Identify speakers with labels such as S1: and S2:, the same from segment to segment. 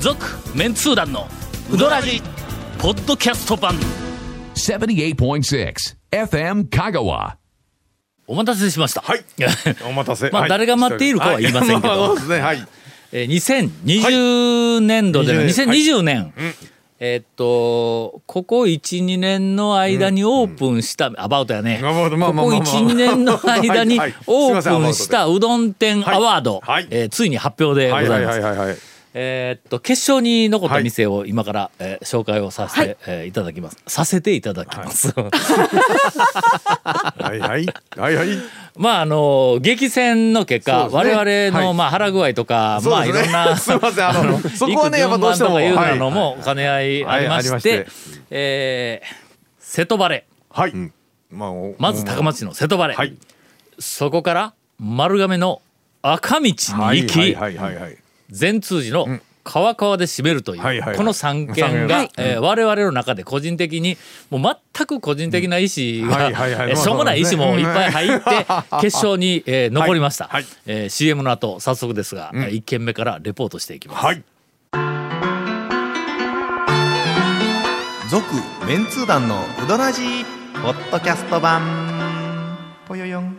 S1: 続メンツー団のウドラジポッドキャスト版
S2: 78.6 FM Kagawa.
S1: お待たせしました。
S3: はいお待たせ
S1: まあ
S3: はい
S1: 誰が待っているかは言いませんけど
S3: はいまあそうですね。はい。
S1: えー2020年度での、
S3: はい
S1: 2020年、えーっとここ12年の間にオープンした、アバウトやね、
S3: アバウトまあまあ
S1: ここ
S3: まあまあ
S1: 12年の間に
S3: はいはい
S1: オー
S3: すいませんア
S1: プ
S3: バ
S1: ン
S3: ウトで
S1: したうどん店アワード、
S3: はいはい
S1: えーついに発表でござ
S3: はいい
S1: ます、
S3: はいはいはいはい。
S1: えーっと決勝に残った店を今から、えー紹介をさせて、
S4: はい
S1: えーいただきますさせていただきます、
S3: はいはい。はいはい。
S1: まああの激戦の結果、
S3: そうですね
S1: 我々の、
S3: はい
S1: まあ腹具合とか、まあい
S3: そうで
S1: ろ
S3: す
S1: ん
S3: ね
S1: な
S3: すいませんあの
S1: あの
S3: そこはねやっぱどうしても
S1: 行く順番とかいうのも兼ね合い
S3: はい
S1: ありま
S3: ありま
S1: し
S3: してて
S1: えー瀬戸バレ
S3: はい。うんまあお
S1: まず高松市の瀬戸バレ、
S3: はい。
S1: そこから丸亀の赤道に
S3: はい
S1: 行き、
S3: はいはいはいはい。
S1: 善通寺の川川で締めるという、
S3: はいはいはい
S1: この3件が、
S3: はい
S1: えー我々の中で個人的にもう全く個人的な意思が、
S3: うんはいはいはい
S1: えーしょうもない意思もいっぱい入って決勝に、えー残りました、
S3: はいはい
S1: えー CM の後早速ですが、1件目からレポートしていきます、
S3: はい。
S5: 続メンツー団のウドラジーポッドキャスト版ぽよよん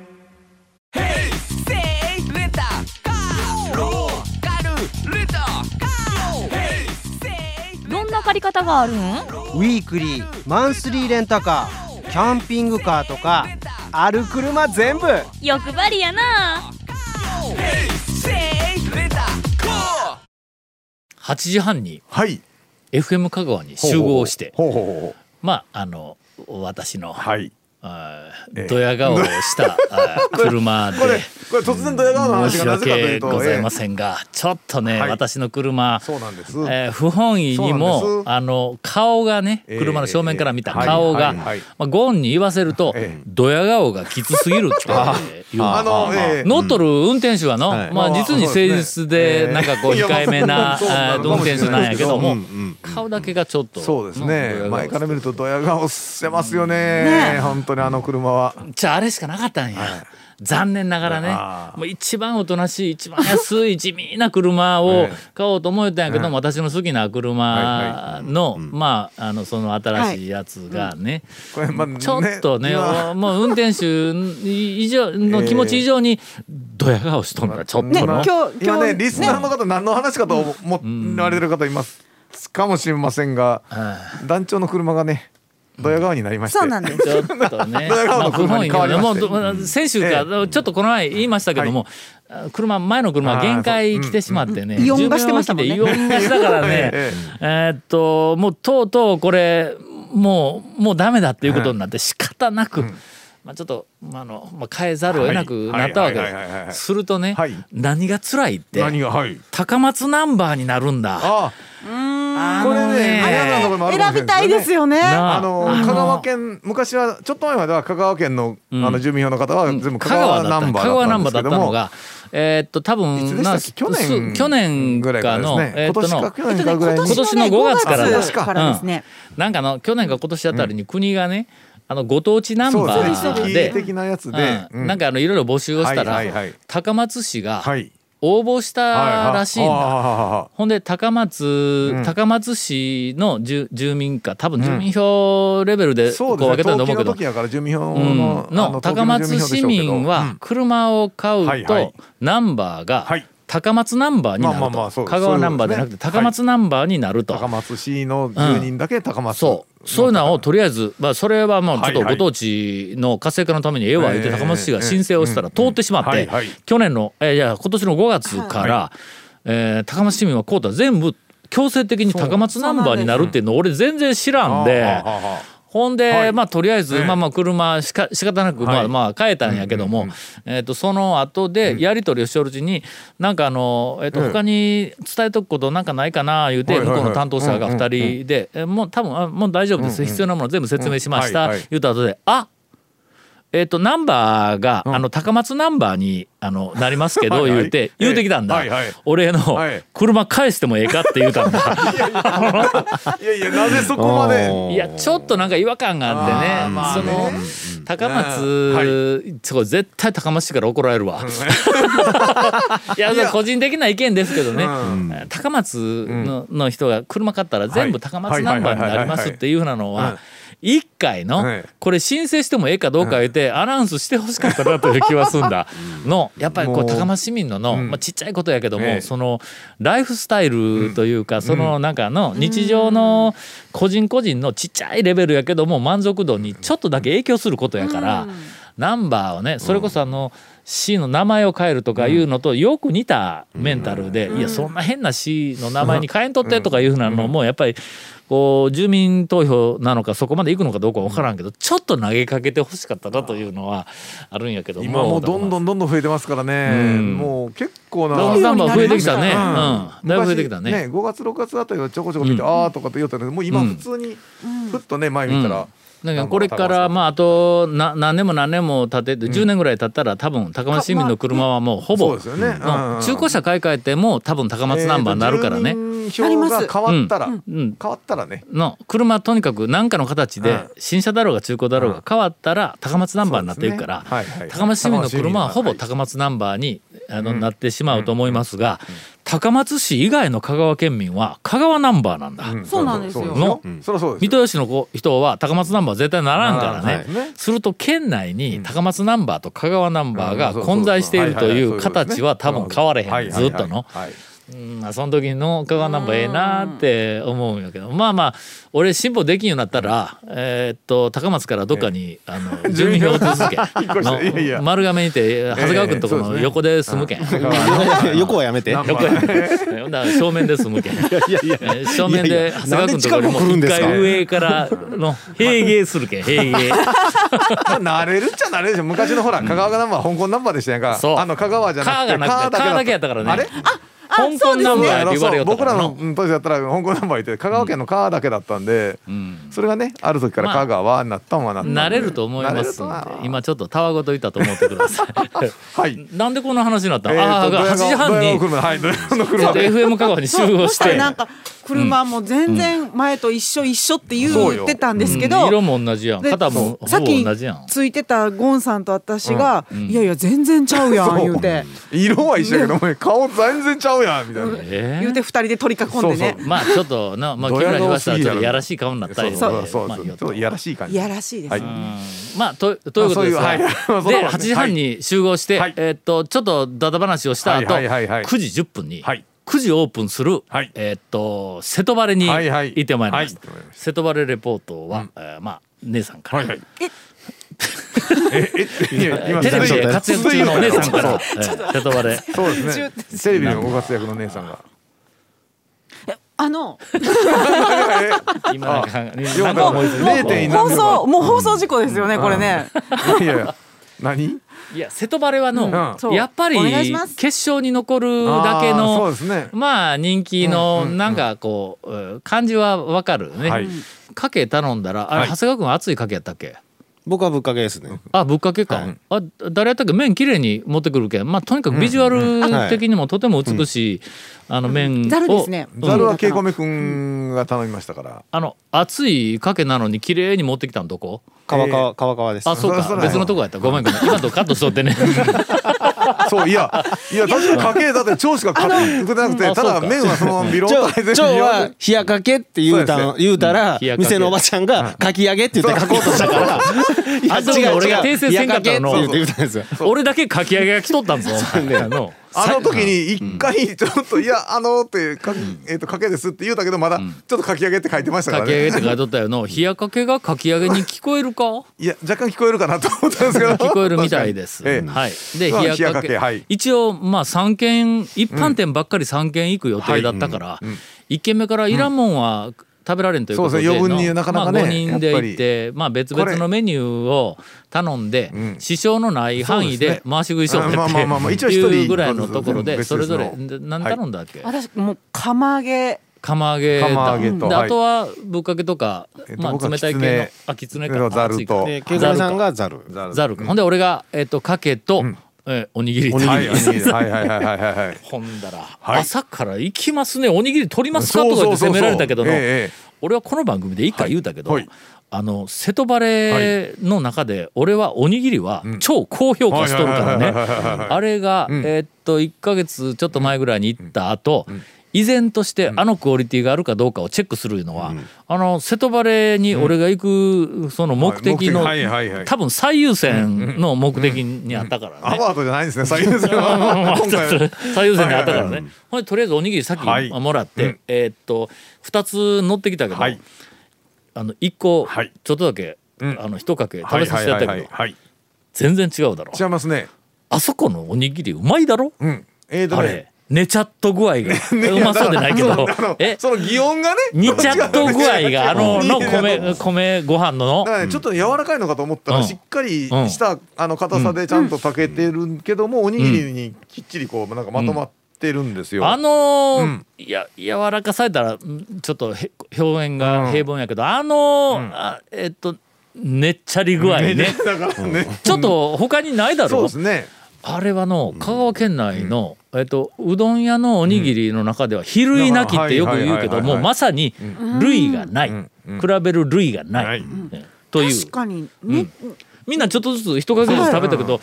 S4: どんな借り方があるん
S6: ウィークリーマンスリーレンタカーキャンピングカーとかある車全部
S4: 欲張りやな
S1: 8時半に
S3: はい。
S1: FM 香川に集合して
S3: ほうほうほうほう。
S1: まああの私の、
S3: はい。
S1: あー
S3: ええ
S1: ドヤ顔を したあー車で
S3: これこれ突然ドヤ顔の
S1: 申し
S3: 話がなぜかとい
S1: 訳
S3: うと、
S1: ございま
S3: え
S1: せんが、ちょっとね、
S3: はい
S1: 私の車
S3: え、そうなんです。
S1: えー不本意に
S3: そうな
S1: も
S3: んです
S1: あの顔がね
S3: えー
S1: 車の正面から見た
S3: はい
S1: 顔が、
S3: はいはい
S1: まあ、ゴーンに言わせると、
S3: ええ
S1: ドヤ顔がきつすぎるっていう
S3: あのええ
S1: 乗っとる運転手はの、
S5: はい
S1: まあ、実に誠実で、
S3: まあ
S1: なんかこう
S3: ええ
S1: 控えめな
S3: いやまあ
S1: あー
S3: そうなの
S1: 運
S3: かもし
S1: 転手
S3: れない
S1: なんやけども、
S3: うんうん
S1: 顔だけがちょっと
S3: そうです
S1: のド
S3: ね
S1: ヤ顔
S3: 前から見るとドヤ顔してますよね本当にあの車は
S1: じゃああれしかなかったんや、残念ながら
S3: あ
S1: ね
S3: ー
S1: もう一番おとなしい一番安い地味な車を
S3: ええ
S1: 買おうと思ったんやけど、も私の好きな車の、まああのその新しいやつがね、
S3: これまあね
S1: ちょっとね
S3: 今
S1: おもう運転手以上の気持ち以上にドヤ顔しとんだちょっと
S3: ね
S1: の。
S7: 今日
S3: 今
S7: 今日
S3: ねリスナーの方何の話かと思われてる方いますかもしれませんが団長の車がねドヤ顔になりまして
S7: そうなんです
S1: ちょっとね、
S3: ドヤ顔の
S1: 不本
S3: 車
S1: 意
S3: に
S1: な
S3: 変わ
S1: の
S3: りま
S1: も
S3: して
S1: う先週か、ちょっとこの前言いましたけども、あ車前の車は限界来てしまってね、
S7: あーそううんイオンがしてましたもんね
S1: 寿命が来てイオンがしたからね
S3: え、
S1: えーっともうとうとうこれもうもうダメだっていうことになって仕方なく。まあちょっと、まああのまあ、変えざるを得なくなったわけ
S3: はいはいはいはいはいは
S1: で
S3: い
S1: すするとね、
S3: はい
S1: 何が辛いって
S3: 何がはい
S1: 高松ナンバーになるんだ
S3: あ
S1: あ
S3: これ
S1: の
S3: ね皆さんのところにもあるか
S7: 選
S3: もしれ
S7: び
S3: な
S7: たいですよね
S1: な
S3: あの香川県昔はちょっと前までは香川県のあの住民票の方は全部香
S1: 香川
S3: 川
S1: だ
S3: ナ
S1: った
S3: ンバ
S1: 香川
S3: ー
S1: ナ
S3: だ
S1: ン
S3: っ
S1: バ
S3: た
S1: ー
S3: ん
S1: だった
S3: ですけど
S1: の
S3: も
S1: がえーっと多分
S3: いつでしたっけ去年
S1: な去年
S3: ぐらいからです
S1: の
S3: ね
S1: えーっ
S3: 今
S1: と
S3: 年
S1: の
S3: か去年
S7: えっ
S3: か
S7: と
S3: ぐら
S7: ね
S3: い
S1: 今
S3: に
S1: 年の5月からだ
S3: あそう
S7: 5
S3: です
S7: 月
S3: か
S7: からですね、
S1: なんかあの去年か今年あたりに国がね、あのご当地ナンバ
S3: そうですね
S1: ー
S3: 地
S1: で
S3: 域的なやつで
S1: うんなんかあのいろいろ募集をしたら、
S3: はいはいはい
S1: 高松市が
S3: はい
S1: 応募したらしいんだ。
S3: だ
S1: ほんで高松、
S3: うん
S1: 高松市の住住民か多分住民票レベルでこ
S3: そう
S1: う
S3: ですね
S1: 分けたと思うけど
S3: 登記の時やから住民票の,、
S1: うん
S3: あ
S1: の
S3: 登記
S1: 高
S3: 住
S1: 松
S3: 民票で
S1: 市
S3: しょうけど
S1: 民
S3: う
S1: は
S3: ん
S1: 車を買
S3: は
S1: う
S3: いはい
S1: とナンバーが
S3: はい
S1: 高松ナンバーになる
S3: まあまあまあそ
S1: と
S3: う
S1: 香川ナンバーじゃなくて
S3: そういうことですね
S1: 高松ナンバーになると。
S3: 高松市の住人だけ高松、
S1: そうそういうのをとりあえず、まあ、それはもうちょっと
S3: はいは
S1: ご
S3: い
S1: 当地の活性化のためにええわ言って
S3: ええ
S1: 高松市が申請をしたら通ってしまっ
S3: はい
S1: て
S3: はい
S1: 去年のえいや今年の5月からえー高松市民はこうた全部強制的に高松ナンバーになるっていうのを俺全然知らんで
S3: はあはあはあ
S1: ほん
S3: は
S1: で
S3: い
S1: まあとりあえず
S3: ええ
S1: まあまあ車しか仕方なくま
S3: は
S1: あ
S3: い
S1: まあ変えたんやけどもえーとその後でやり取りをしておるうちになんかあのえーと
S3: ええ
S1: 他に伝えとくことなんかないかな言うて
S3: はいはい
S1: 向
S3: はい
S1: こうの担当者が2人で、えもう多分あもう大丈夫です、必要なもの全部説明しました、
S3: うんはいはい
S1: 言うた後で「あえっとナンバーが、
S3: うん
S1: あの高松ナンバーにあのなりますけど
S3: はいはい
S1: 言うて、
S3: ええ
S1: 言うてきたんだ、
S3: はいはい
S1: 俺の、
S3: はい
S1: 車返してもええかって言うたんだ
S3: いやいやなぜそこまで
S1: いやちょっとなんか違和感があってね
S3: あーまあ
S1: そ
S3: ね
S1: の、高松、そう絶対高松市から怒られる わいやそれ個人的な意見ですけどね、高松の,、の人が車買ったら全部高松ナンバーになりますっていうふうなの
S3: はいはいはいはいはい
S1: は一回の
S3: はい
S1: これ申請してもええかどうか言ってアナウンスしてほしかったなという気はするんだのやっぱりこ
S3: も
S1: う
S3: う
S1: 高松市民のの、まあ、ちっちゃいことやけども、
S3: ええ
S1: そのライフスタイルというかそのなんかの日常の個人個人のちっちゃいレベルやけども満足度にちょっとだけ影響することやから、ナンバーをねそれこそあの C の名前を変えるとかいうのとよく似たメンタルで、いやそんな変な C の名前に変えんとってとかいうふうなのもやっぱりこう住民投票なのかそこまで行くのかどうかわからんけどちょっと投げかけてほしかったなというのはあるんやけども
S3: 今もうどんど
S1: ん
S3: んどんどん増えてますからね、
S1: うん
S3: もう結構な
S1: ナンバー増えてきたね、う
S3: うん
S1: んだいぶ増えてきたね。
S3: 5月6月あたりはちょこちょこ見て、ああとかって言ったけどもう今
S1: うん
S3: 普通にふっとね前見たら、
S1: だからこれからまああとな何年も何年も経って10年ぐらい経ったら多分高松市民の車はもうほ
S3: そう
S1: ぼ、
S3: ですよね、うん
S1: うん中古車買い替えても多分高松ナンバーになるからね。
S3: えーと住民票が変わったら、
S1: うん、
S3: 変わったらね
S1: の車とにかく何かの形で
S3: うん
S1: 新車だろうが中古だろうが変わったら高松ナンバーになっていくから、
S3: そうですねはいはい
S1: 高松市民の車はほぼ高松ナンバーにあのなってしまうと思いますが高松市以外の香川県民は香川ナンバーなんだ。
S7: そうなんですよ
S3: そうよ
S2: うん
S3: そりゃそ
S1: 三
S3: うですよ
S1: 豊市の子人は高松ナンバー絶対ならんからね、
S3: ならないね
S1: すると県内に高松ナンバーと香川ナンバーが
S3: うんそうそうそう
S1: 混在しているとい
S3: は
S1: う
S3: いはいはいそういうことですね
S1: 形は多分変われ
S3: は
S1: へん
S3: い
S1: ずっとの
S3: はいはいはい
S1: うんまあその時の香川ナンバーええなって思うんやけどまあまあ俺辛抱できんようになったらえーっと高松からどっかにあ の住民票を移すけ
S3: っ越したいやい
S1: の
S3: や
S1: 丸亀にて長谷川君とこ
S3: ええ
S1: の
S3: そうですね
S1: 横で住むけ ん。
S8: 横はやめて。
S3: ナン
S1: よ
S3: バ
S1: く
S3: ー
S1: だから正面で住むけんえー正面
S8: いや
S1: で
S8: いや
S1: 長谷川君のところにも
S8: なんで近く来る
S1: うん一回上
S8: ですか
S1: からの平芸するけん平 芸
S3: まあ慣れるっちゃ慣れるでしょ昔のほら香川ナンバー香港ナンバーでしたやんか
S1: そう
S3: あの香川じゃ
S1: カ
S3: な
S1: ーが
S3: くて
S1: なくてカーだけやったから
S3: あれ
S1: ね香港ナン
S3: いや
S1: バーっ
S3: あ
S1: て言
S3: の
S1: われ
S3: そ
S1: よ
S3: う
S1: った
S3: 僕
S1: かららの
S3: のうん当時だったら香港ナンバーいて香川県の川だけだったんで、それがねある時から香川になったんはなったんで
S1: 慣れると思います
S3: 慣れる
S1: ん
S3: と
S1: で
S3: な
S1: 今ちょっとたわごといたと思ってください
S3: はい
S1: なんでこの話になったの、
S3: えーと
S1: ああ
S3: ドヤ
S1: 8
S3: 顔
S1: 時半
S3: ドヤ
S1: に
S3: 顔車はいドヤ顔の
S1: ちょ
S3: 車
S1: っと
S3: で
S1: FM 香川に集合し
S7: そした
S1: て
S7: らなんか車も全然前と一緒一緒って言
S3: そうよ
S7: ってたんですけ
S1: うん
S7: ど、
S1: 色も同じやん
S7: で
S1: 肩もほぼ
S7: さっき
S1: 同じやん
S7: ついてたゴンさんと私が「いやいや全然ちゃうやん」言うて
S3: 色は一緒やけどお前顔全然ちゃうやんみたいな
S1: え
S7: 言う
S1: ー
S7: て二人で取り囲んでね
S1: まあちょっとな、まあ、木
S3: ドヤ
S1: 村
S3: 顔
S1: 東さんはちょっと
S3: すぎやろ
S1: やらしい顔になったりとか
S3: そうそう
S1: まあ
S3: そう
S1: いい
S3: ちょ
S1: よ
S3: っといやらしい感
S7: い
S3: じ
S7: やらしいです
S3: はい
S7: ね。
S1: まあとということですよ
S3: あそういうはいそうだ
S1: で
S3: ね
S1: 8時半に集合して、
S3: はい
S1: えーっとちょっとダダ話をした後、
S3: はいはいはいはい
S1: 9時10分に、
S3: はい
S1: 9時オープンする、
S3: はい
S1: えーっと瀬戸バレに
S3: はいはい
S1: 行ってまいりました、
S3: はい行ってまいりま
S1: 瀬戸バレレポートは、えーまあ姉さんから、
S3: はいええ いや今
S1: テレビで活躍中のお姉さんか
S3: そ
S1: ら、え
S3: う
S1: ー瀬戸バレ
S3: そうですねテレビでのご活躍の姉さんが
S7: あの
S1: 今なんかなんか思いついた
S7: 放送もう放送事故ですよねこれね。
S3: いやいや何
S1: いや瀬戸バレはの、
S7: うん
S1: やっぱり
S7: そうお願いします
S1: 決勝に残るだけ
S3: あーそう
S1: の
S3: ですね
S1: まあ人気のなんかこう、うん感じはわかるね、
S3: はい
S1: かけ頼んだらあれ長谷川君熱いかけやったっけ
S8: 僕はぶっかけですね。
S1: あぶっかけか、あ誰やったっけ麺きれいに持ってくるけん、まあ、とにかくビジュアル的にもとても美しい、あの麺を
S7: ざるですね。
S3: ザルはケイコメくんが頼みましたから
S1: あの熱いかけなのにきれいに持ってきたんどこ
S8: 川川川川です。
S1: あそう
S3: そ
S1: か
S3: らそうや
S1: 別のとこやったごめんごめん今のとこカットしとってね
S3: そういやいや確かに家計だって長しか買ってくれなく
S1: あ
S3: てた
S1: そ
S3: だ
S1: うか
S3: 麺はそのままビロン
S8: ちょ
S3: と
S8: う
S3: 入れて
S8: ちょうは
S3: る
S8: 冷やかけって言うた
S3: そう
S8: の言うたら
S1: 冷やかけ
S8: 店のおばちゃんがかき揚げって言って書こうとしたから。いや
S1: あそうか俺が訂正せんかったの
S8: 冷やかけって言って言ったんですよ。
S1: 俺だけかき揚げが来とったんぞお前あの
S3: あの時に一回ちょっと「いやあの」ってか,、えーと「かけです」って言うたけどまだちょっとかき揚げって書いてましたか
S1: からき揚げ
S3: ね
S1: って書いとったよの冷やかけがかき揚げに聞こえるか
S3: いや若干聞こえるかなと思ったんですけど
S1: 聞こえるみたいです、
S3: ええ
S1: はいで
S3: まあ
S1: 冷やかけ
S3: 冷やかけはい
S1: 一応まあ3軒一般店ばっかり3軒行く予定だったから、一1軒目からいらんもんは食べられんということで
S3: そうですね余分になかなかね
S1: まあ、5人で
S3: やっぱり
S1: 行って、まあ、別々のメニューを頼んで、
S3: ん
S1: 支障のない範囲
S3: そう
S1: で
S3: です
S1: 回し食いしようって
S3: あまあまあまあまあ
S1: って
S3: 一応一人
S1: いうぐらいのところで
S3: 別
S1: そ
S3: 々
S1: れ
S3: の
S1: ぞれで何頼んだっけ、
S7: 私もう釜揚げ
S1: 釜揚げだ
S3: 釜揚げと
S1: で
S3: はい
S1: あとはぶっかけとか、
S3: えっと
S1: ま
S3: 僕
S1: あ、
S3: は
S1: 冷たい
S3: き
S1: 系
S3: つね
S1: のあきつね
S3: う
S1: か
S3: んざる
S1: 熱い
S3: と
S1: か
S8: でケグラさんがザル
S3: ざる
S1: ざるか、ほんで俺が、えっとかけと、えーおにぎり
S3: は いはいはいはいはいはいはい
S1: ほんだら、
S3: はい
S1: 朝から行きますねおにぎり取りますかとか言って責められたけどの、
S3: そうそうそうそうえええ
S1: 俺はこの番組で一回言うたけど、
S3: はいはい
S1: あの瀬戸バレーの中で俺はおにぎりは超高評価しとるからね
S3: はいはいはいはいはい
S1: あれが、
S3: ん
S1: えーっと1ヶ月ちょっと前ぐらいに行った後、依然としてあのクオリティがあるかどうかをチェックするのは、あの瀬戸バレーに俺が行くその目的の、
S3: はい目的はいはいはい
S1: 多分最優先の目的にあったからね。
S3: アワードじゃないんですね最優先は今回
S1: 最優先にあったからねほんでとりあえずおにぎりさっき
S3: はい
S1: もらって、
S3: うん
S1: えーっと2つ乗ってきたけど、
S3: はい
S1: あの1個
S3: はい
S1: ちょっとだけ、
S3: うん
S1: あの1かけ食
S3: は
S1: べ
S3: い
S1: さ
S3: は
S1: せ
S3: い
S1: てや
S3: は
S1: った
S3: い
S1: け
S3: は
S1: ど
S3: いはい
S1: 全然違うだろ
S3: 違いますね
S1: あそこのおにぎりうまいだろ、
S3: うんえーと
S1: あ
S3: ね
S1: れ寝ちゃっと具 合が、うまそうでないけ
S3: そう
S1: ど
S3: あの
S1: え
S3: その擬音がね
S1: 煮ちゃっと具合 があのの米
S3: だ
S1: 米ご飯のの
S3: からねちょっと柔らかいのかと思った
S1: うん
S3: らしっかりしたあの硬さでちゃんと炊けてるけどもおにぎりにきっちりこうなんかまとまってるんですよ
S1: あのー
S3: うん
S1: いや柔らかされたらんちょっとへ表現が平凡やけど、あのーあえっとねっちゃり具合ね
S3: だからね
S1: ちょっと他にないだ
S3: そう
S1: ろ
S3: ですね
S1: あれはの香川県内の、えっと、うどん屋のおにぎりの中では「比類なき」ってよく言うけど
S3: うんはいはいはい
S1: も
S3: は
S1: う
S3: い
S1: まさに類がない、
S3: んうん
S1: 比べる類がない、
S3: はい
S1: えという
S7: 確かにね、
S1: みんなちょっとずつ一かけずつ食べたけど、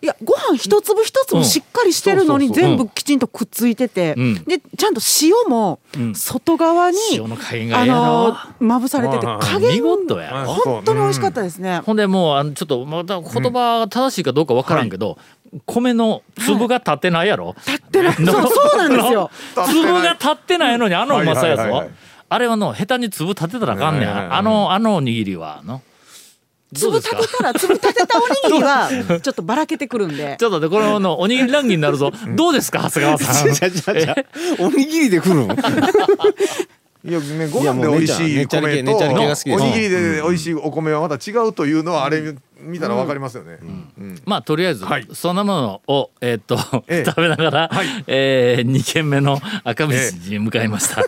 S7: いやご飯一粒一
S1: うん
S7: 粒しっかりしてるの
S1: そ
S7: に
S1: うそうそう
S7: 全部きちんとくっついてて、
S1: うん
S7: でちゃんと塩も
S1: ん
S7: 外側に、
S1: 塩の加減が
S7: あ
S1: ええ
S7: の
S1: な
S7: まぶされてて
S3: うん
S7: 加
S1: 見
S7: 減
S1: 事やろ
S7: 本当に美味しかったですね、
S1: ほんでもうあのちょっとまた言葉が正しいかどうかわからんけど、米の粒が立ってないやろ、
S7: 立ってないそうそうなんですよ
S3: 立って
S1: 粒
S3: ない
S1: が立ってないのにあのうまさやぞ、
S3: はいはいはいはい
S1: あれはの下手に粒立てたらあかんねん、
S3: はいはいはい
S1: あのあのおにぎりはの どうで
S7: 粒
S1: すか
S7: 立てたら粒立てたおにぎりはちょっとばらけてくるんで
S1: ちょっとでこののおにぎりランキングになるぞどうですか長谷川 さん
S8: おにぎりで来るの
S3: いやねご
S8: いや
S3: 飯
S8: も
S3: で
S8: う
S3: 美味しい
S8: ねちゃり
S3: 米
S8: 系
S3: と
S8: ねちゃり系が好きです
S3: おにぎりで美味しいお米はまた違うというのはあれ見たらわかりますよねうん
S1: まあとりあえず、
S3: はい
S1: そんなものをえーっと、
S3: ええ
S1: 食べながら、えー、2軒目の赤道に向かいました、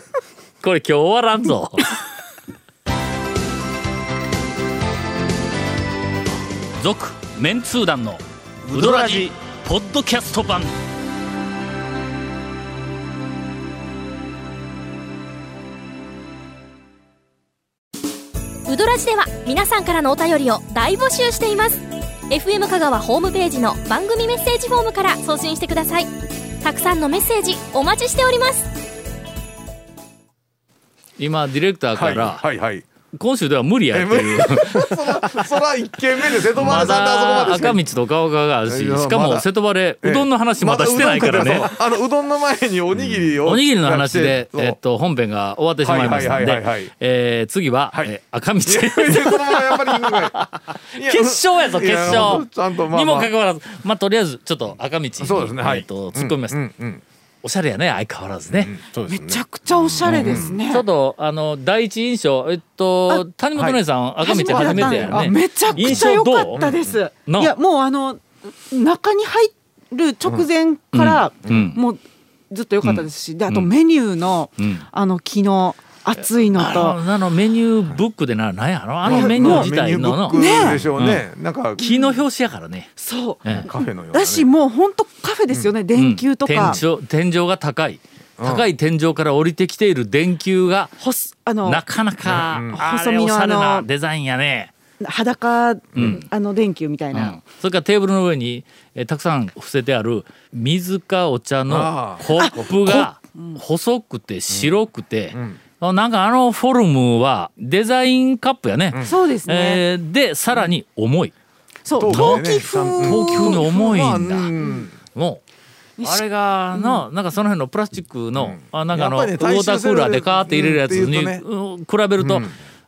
S1: これ今日終わらんぞ続メンツー団のウドラジポッドキャスト版
S4: ウドラジでは皆さんからのお便りを大募集しています FM 香川ホームページの番組メッセージフォームから送信してくださいたくさんのメッセージお待ちしております
S1: 今ディレクターか
S3: はい
S1: ら、
S3: はいはい
S1: 今週では無理やって いう
S3: そら一軒目で瀬戸
S1: ま
S3: 丸さんとあそこま
S1: だ
S3: でしか
S1: 赤道と川川があるし
S3: いや
S1: しか
S3: ま
S1: も
S3: だ
S1: 瀬戸バレー
S3: ええ
S1: うどんの話まだしてないからね、
S3: まだうどん食べたそうあのうどんの前におにぎりを、
S1: おにぎりの話で、
S3: そう
S1: えっと、本編が終わってしまいましたの
S3: はいはいはいはい
S1: で
S3: はい、
S1: えー次は、
S3: はい
S1: えー赤道。
S3: いやそのままやっぱりいいのかいいや
S1: 決勝やぞ、
S3: い
S1: 決勝。
S3: ちゃんとまあ、
S1: にも
S3: ま
S1: かかわらず、まあ、とりあえず、ちょっと赤道に。
S3: あ、そうですねはい、
S1: えっと、突っ込みました。
S3: うんうんうん
S1: おしゃれやね、相変わらずね。
S8: そうです
S7: めちゃくちゃおしゃれですね、
S1: ちょっと、あの、第一印象、えっと、谷本姉さん、赤道初めてや
S7: あ
S1: ね。
S7: めちゃくちゃ良かったです。
S1: うんない
S7: やもうあの中に入る直前から、
S1: うん
S7: もうずっと良かったですし、であとメニューの、
S1: ん
S7: あの昨日熱いの
S1: あ
S7: と。
S1: の、あのメニューブックでな、なんやろあのメニュ
S3: ま
S1: ー
S3: あ
S1: 自体のの
S3: メニューブ、ックでしょうね、なんか
S1: 木の表紙やからね。
S7: そう
S1: ええ
S3: カフェのような、ね、
S7: だしもう本当カフェですよね、電球と
S1: うん
S7: か、
S1: 天井天井が高い高い天井から降りてきている電球が
S7: ほすあの
S1: なかなか
S7: ん
S1: あ
S7: 細
S1: れ
S7: 身の
S1: おしゃれ
S7: あ
S1: な
S7: の
S1: デザインやね、
S7: 裸、あの電球みたい
S1: うん
S7: な、
S1: それからテーブルの上にえーたくさん伏せてある水かお茶の
S3: あ
S1: コップが細くて白くて、なんかあのフォルムはデザインカップやね、
S7: そうですね、
S1: えーでさらに重い
S7: そ
S3: 陶
S7: う陶
S3: 器ね
S7: 器風、
S1: 東京に重いんだ、
S3: まあうん
S1: もうあれがの、なんかその辺のプラスチックの、あなんかあの、
S3: やっぱ
S1: ウォ
S3: りね
S1: ータークーラーでカーって入れるやつに、
S3: うんっていう
S1: うん比べると、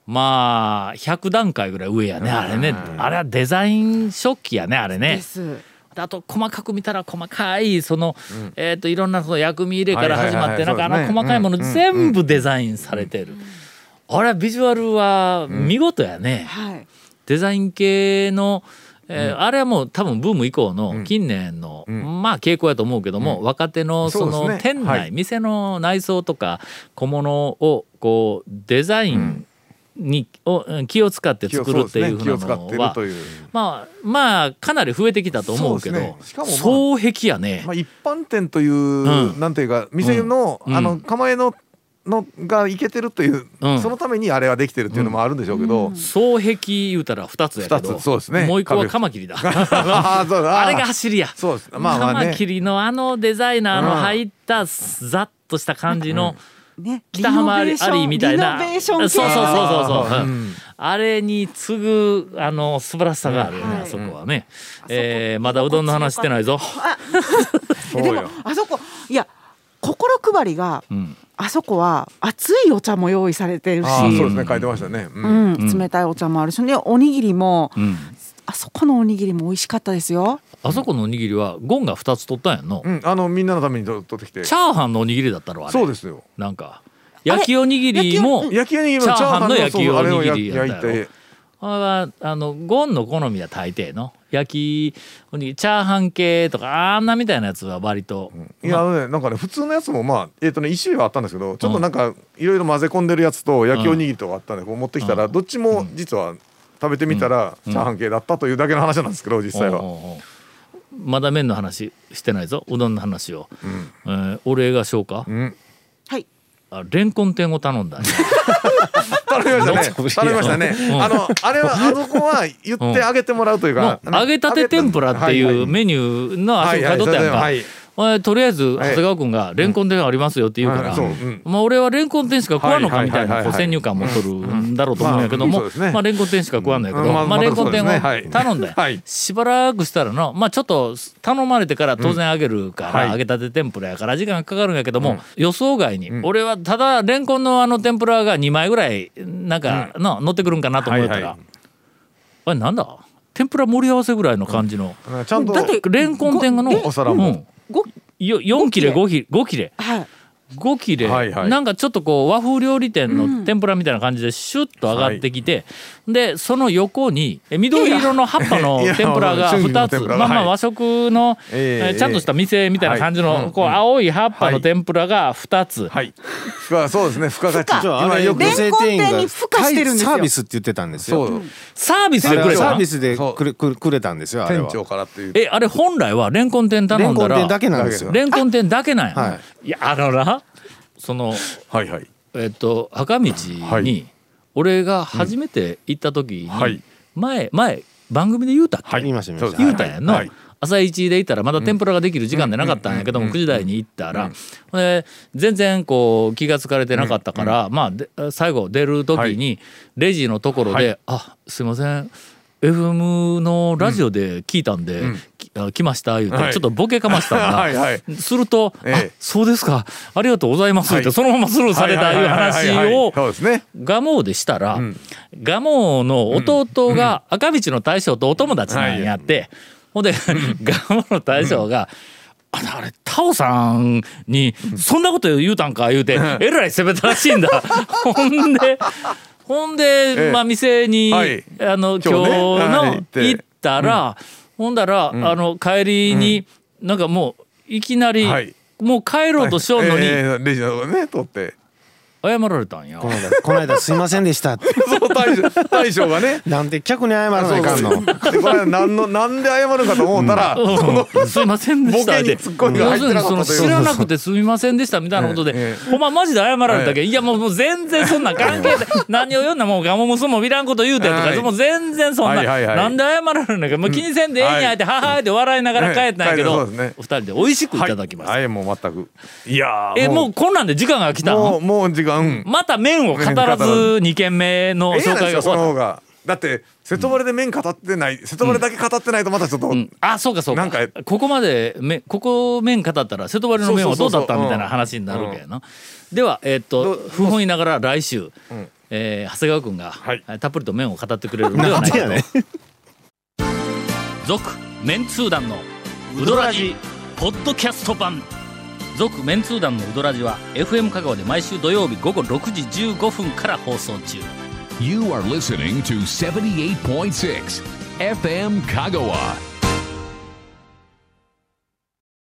S1: まあ100段階ぐらい上やねあれね、あれはデザイン食器やねあれね。
S7: です。
S1: あと細かく見たら細かいその、えー、といろんなその薬味入れから始まって
S3: はいはいはい
S1: なんかあの
S3: そうですね
S1: 細かいもの全部デザインされてる、あれはビジュアルは見事やね、
S7: はい。
S1: デザイン系の、えーあれはもう多分ブーム以降の近年の、まあ傾向やと思うけども、若手のそ
S3: そう
S1: の
S3: ですね
S1: 店内、
S3: はい
S1: 店の内装とか小物をこうデザインに、をうん気を使って
S3: 気を
S1: 作
S3: そう
S1: るって
S3: です
S1: い
S3: ね
S1: うふ
S3: 気
S1: う
S3: を
S1: な
S3: 使って
S1: の
S3: る
S1: は、
S3: という、
S1: まあまあかなり増えてきたと思うけど
S3: そうですねしかもまあ
S1: 双璧やね、
S3: まあ、一般店という、
S1: ん
S3: なんていうか店の、
S1: うん
S3: あの構えののがいけてるという、
S1: うん
S3: そのためにあれはできてるっていうのもあるんでしょうけど、
S1: 双璧言うたら2つやけど
S3: 二つそうですね
S1: もう一個は
S3: 壁
S1: カマキリだ
S3: あーそうだ
S1: あれが走りや
S3: そうですまあまあ
S1: カ
S3: ね
S1: マキリのあのデザイナーの入ったざっとした感じの
S7: ね、
S1: 北浜アリ
S7: リノベーション
S1: アリーみたいな
S7: リノベーション系の
S1: そうそうそうそうそう、
S3: あー
S1: うん
S3: うん
S1: あれに次ぐあの素晴らしさがあるよね、
S7: はい
S1: あそこはね、えーまだうどんの話してないぞ、
S3: そ
S7: え
S3: う
S7: で
S3: よ
S7: もあそこいや心配りが
S1: うん
S7: あそこは熱いお茶も用意されてるし
S3: あーそうですね書いてましたね、うん
S7: うん、冷たいお茶もあるしねおにぎりも、
S1: うん、
S7: あそこのおにぎりも美味しかったですよ
S1: あそこのおにぎりはゴンが2つ取ったんやんの、
S3: うんあのみんなのためにと取ってきて
S1: チャーハンのおにぎりだったろあれ
S3: そうですよ
S1: なんか焼きおにぎりも
S3: 焼きおにぎりの
S1: チ
S3: チ
S1: ャー
S3: ャー
S1: ハン
S3: ハン
S1: の
S3: の
S1: 焼きおにぎり
S3: そうあれを焼
S1: やった
S3: 焼
S1: や
S3: いて
S1: これはあのゴンの好みは大抵の焼きおにぎりチャーハン系とかあんなみたいなやつは割と、
S3: いやあのねなんかね普通のやつもまあえっ、とね1種類はあったんですけどちょっとなんかいろいろ混ぜ込んでるやつと焼きおにぎりとかあったんでこう持ってきたらどっちも実は食べてみたらチャーハン系だったというだけの話なんですけど実際
S1: おう
S3: は。
S1: おうおうまだ麺の話してないぞうどんの話を、えーお礼がしようか、
S3: うん
S7: はい
S1: あレンコン天を頼んだ、ね、
S3: 頼みましたね。頼みましたね。あのあれはあの子は言ってあげてもらうというか、
S1: の揚げたて天ぷらっていうメニューの足を買い取ったやんか、
S3: はいはい
S1: おいとりあえず長
S3: はい
S1: 谷川君が「レンコン天ありますよ」って言うから、
S3: はいそううん
S1: まあ、俺はレンコン天しか食わんのかみたい
S3: は
S1: ない
S3: はいは
S1: こ
S3: いは
S1: う
S3: い
S1: 先入観も取るんだろうと思うんやけども、
S3: まあうんそうですね
S1: まあ、レンコン天しか食わんのやけど、
S3: うんまあ
S1: まあ、
S3: まあ
S1: レンコン天を
S3: そうですねはい
S1: 頼んで、
S3: はい
S1: しばらくしたらの、まあ、ちょっと頼まれてから当然揚げるから、
S3: はい
S1: 揚げたて天ぷらやから時間がかかるんやけども、予想外に、俺はただレンコンのあの天ぷらが2枚ぐらいなんかの、乗ってくるんかなと思ったら、
S3: はいはい
S1: あれなんだ天ぷら盛り合わせぐらいの感じの、
S3: はいちゃんと
S7: だって
S1: レンコン天の
S7: ご
S3: お皿も
S1: うん
S7: ご
S1: よ4切れ5切れ5切れ
S7: はい
S1: 5切れ、
S3: はいはい
S1: なんかちょっとこう和風料理店の天ぷらみたいな感じでシュッと上がってきて、でその横にえ緑色の葉っぱの
S3: いや
S1: 天ぷらが
S3: 春菊
S1: 2つ
S3: の天ぷら
S1: まあまあ
S3: はい
S1: 和食の、
S3: ええ
S1: えちゃんとした店みたいな感じの、
S3: はいうん
S1: こう
S3: うん
S1: 青い葉っぱの天ぷらが2つ、
S3: はい。付加そうですね付加価値。
S8: じゃああ
S3: 今
S8: れ
S3: よく
S8: 女
S7: レン
S8: 性店員
S7: コン店
S8: が
S7: に付加してるんですよ
S8: サービスって言ってたんです
S3: そ
S8: よ
S3: う
S1: サービス
S8: あ
S1: で
S8: れ
S1: く
S8: は
S1: れよ
S8: サ
S1: な
S8: ービスで
S3: そう
S8: くれくれくれたんですよあれ
S3: 店
S8: は
S3: 長からっていう。
S1: えあれ本来はレンコン店
S8: レ
S1: 頼
S8: ン
S1: んだ
S8: コン
S1: ら
S8: 店だけなんですよ
S1: レンコン店だけなんや、、
S8: はい
S1: やあのなその
S3: はいはい。
S1: えっと赤道
S3: は
S1: に
S3: い
S1: 俺が初めて行った時に、
S3: はい
S1: 前前番組で言うたっけ、
S8: 言いました言いました
S1: 言うたんやんの、
S3: はい
S1: 朝一で行ったらまだ天ぷらができる時間でなかったんやけども9時台に行ったら、で全然こう気が付かれてなかったから、まあで最後出る時にレジのところで「あすいません FM のラジオで聞いたんで、きあ来ました」言うて、
S3: はい
S1: ちょっとボケかましたんだ
S3: はいはい
S1: すると「
S3: ええ
S1: あそうですかありがとうございます」って、
S3: はい
S1: そのままスルーされたいう話
S3: はいはいはいはいは
S1: を
S3: いそうですね。
S1: 蒲生でしたら、蒲生の弟が赤道の大将とお友達なんやって、ほんで蒲生の大将が「ああれタオさんにそんなこと言うたんか」言うてえらい攻めたらしい んだ。ほんでほんで、
S3: え
S1: まあ、店に、
S3: はい
S1: あの今
S3: 今
S1: 日
S3: 日ね
S1: の、
S3: はい行って
S1: 行ったら、ほんだら、あの帰りに、なんかもういきなり、
S3: はい
S1: もう帰ろうとしようのに、
S3: えーレジのとこね通って。
S1: 謝られたんや
S8: こ。の間この間すいませんでしたって
S3: そう大将大将が ね。
S8: なんで客に謝らないかんの
S3: でこれ何のなんで謝るかと思ったら、その
S1: うんすいませんでした
S3: ボケにツッコミが入ってなかったという
S1: 要するにその知らなくてすみませんでしたみたいなことで、
S3: えええ
S1: ほんまマジで謝られたけ、どいやもうもう全然そんな関 係ない何を言うんなもうガモムソもいらんこと言うてとか、
S3: はい
S1: もう全然そんな、
S3: はいはいはい
S1: なんで謝られるんだか、もう気にせんでええんやって、ははーって笑いながら帰ったんやけど、
S3: はい帰ってそうですね
S1: お二人で美味しくいただきました、
S3: はい、はいもう全く。いやー
S1: えもうこんなんで時間が来た
S3: も
S1: ん
S3: うもう時間。
S1: また麺を語らず2軒目の
S3: ええじゃ
S1: 紹
S3: ない
S1: 介
S3: です
S1: が終
S3: かその
S1: わっ
S3: 方が。だって瀬戸割れで面語ってない、瀬戸割れだけ語ってないとまたちょっと。
S1: た、うん、あそうかそうか
S3: なんか
S1: ここまでめここ麺語ったら瀬戸割れの麺はどうだった
S3: そうそうそうそう
S1: みたいな話になるけどな、ではえーっと
S3: ど
S1: 不本言いながら来週、えー長谷川君が、
S3: はい
S1: たっぷりと麺を語ってくれるのではないかと
S8: なんでやねん
S1: 「続・メンツー団のウドラジポッドキャスト版」「続・メンツー団のウドラジは FM 香川で毎週土曜日午後6時15分から放送中
S2: You are listening to 78.6 FM Kagawa.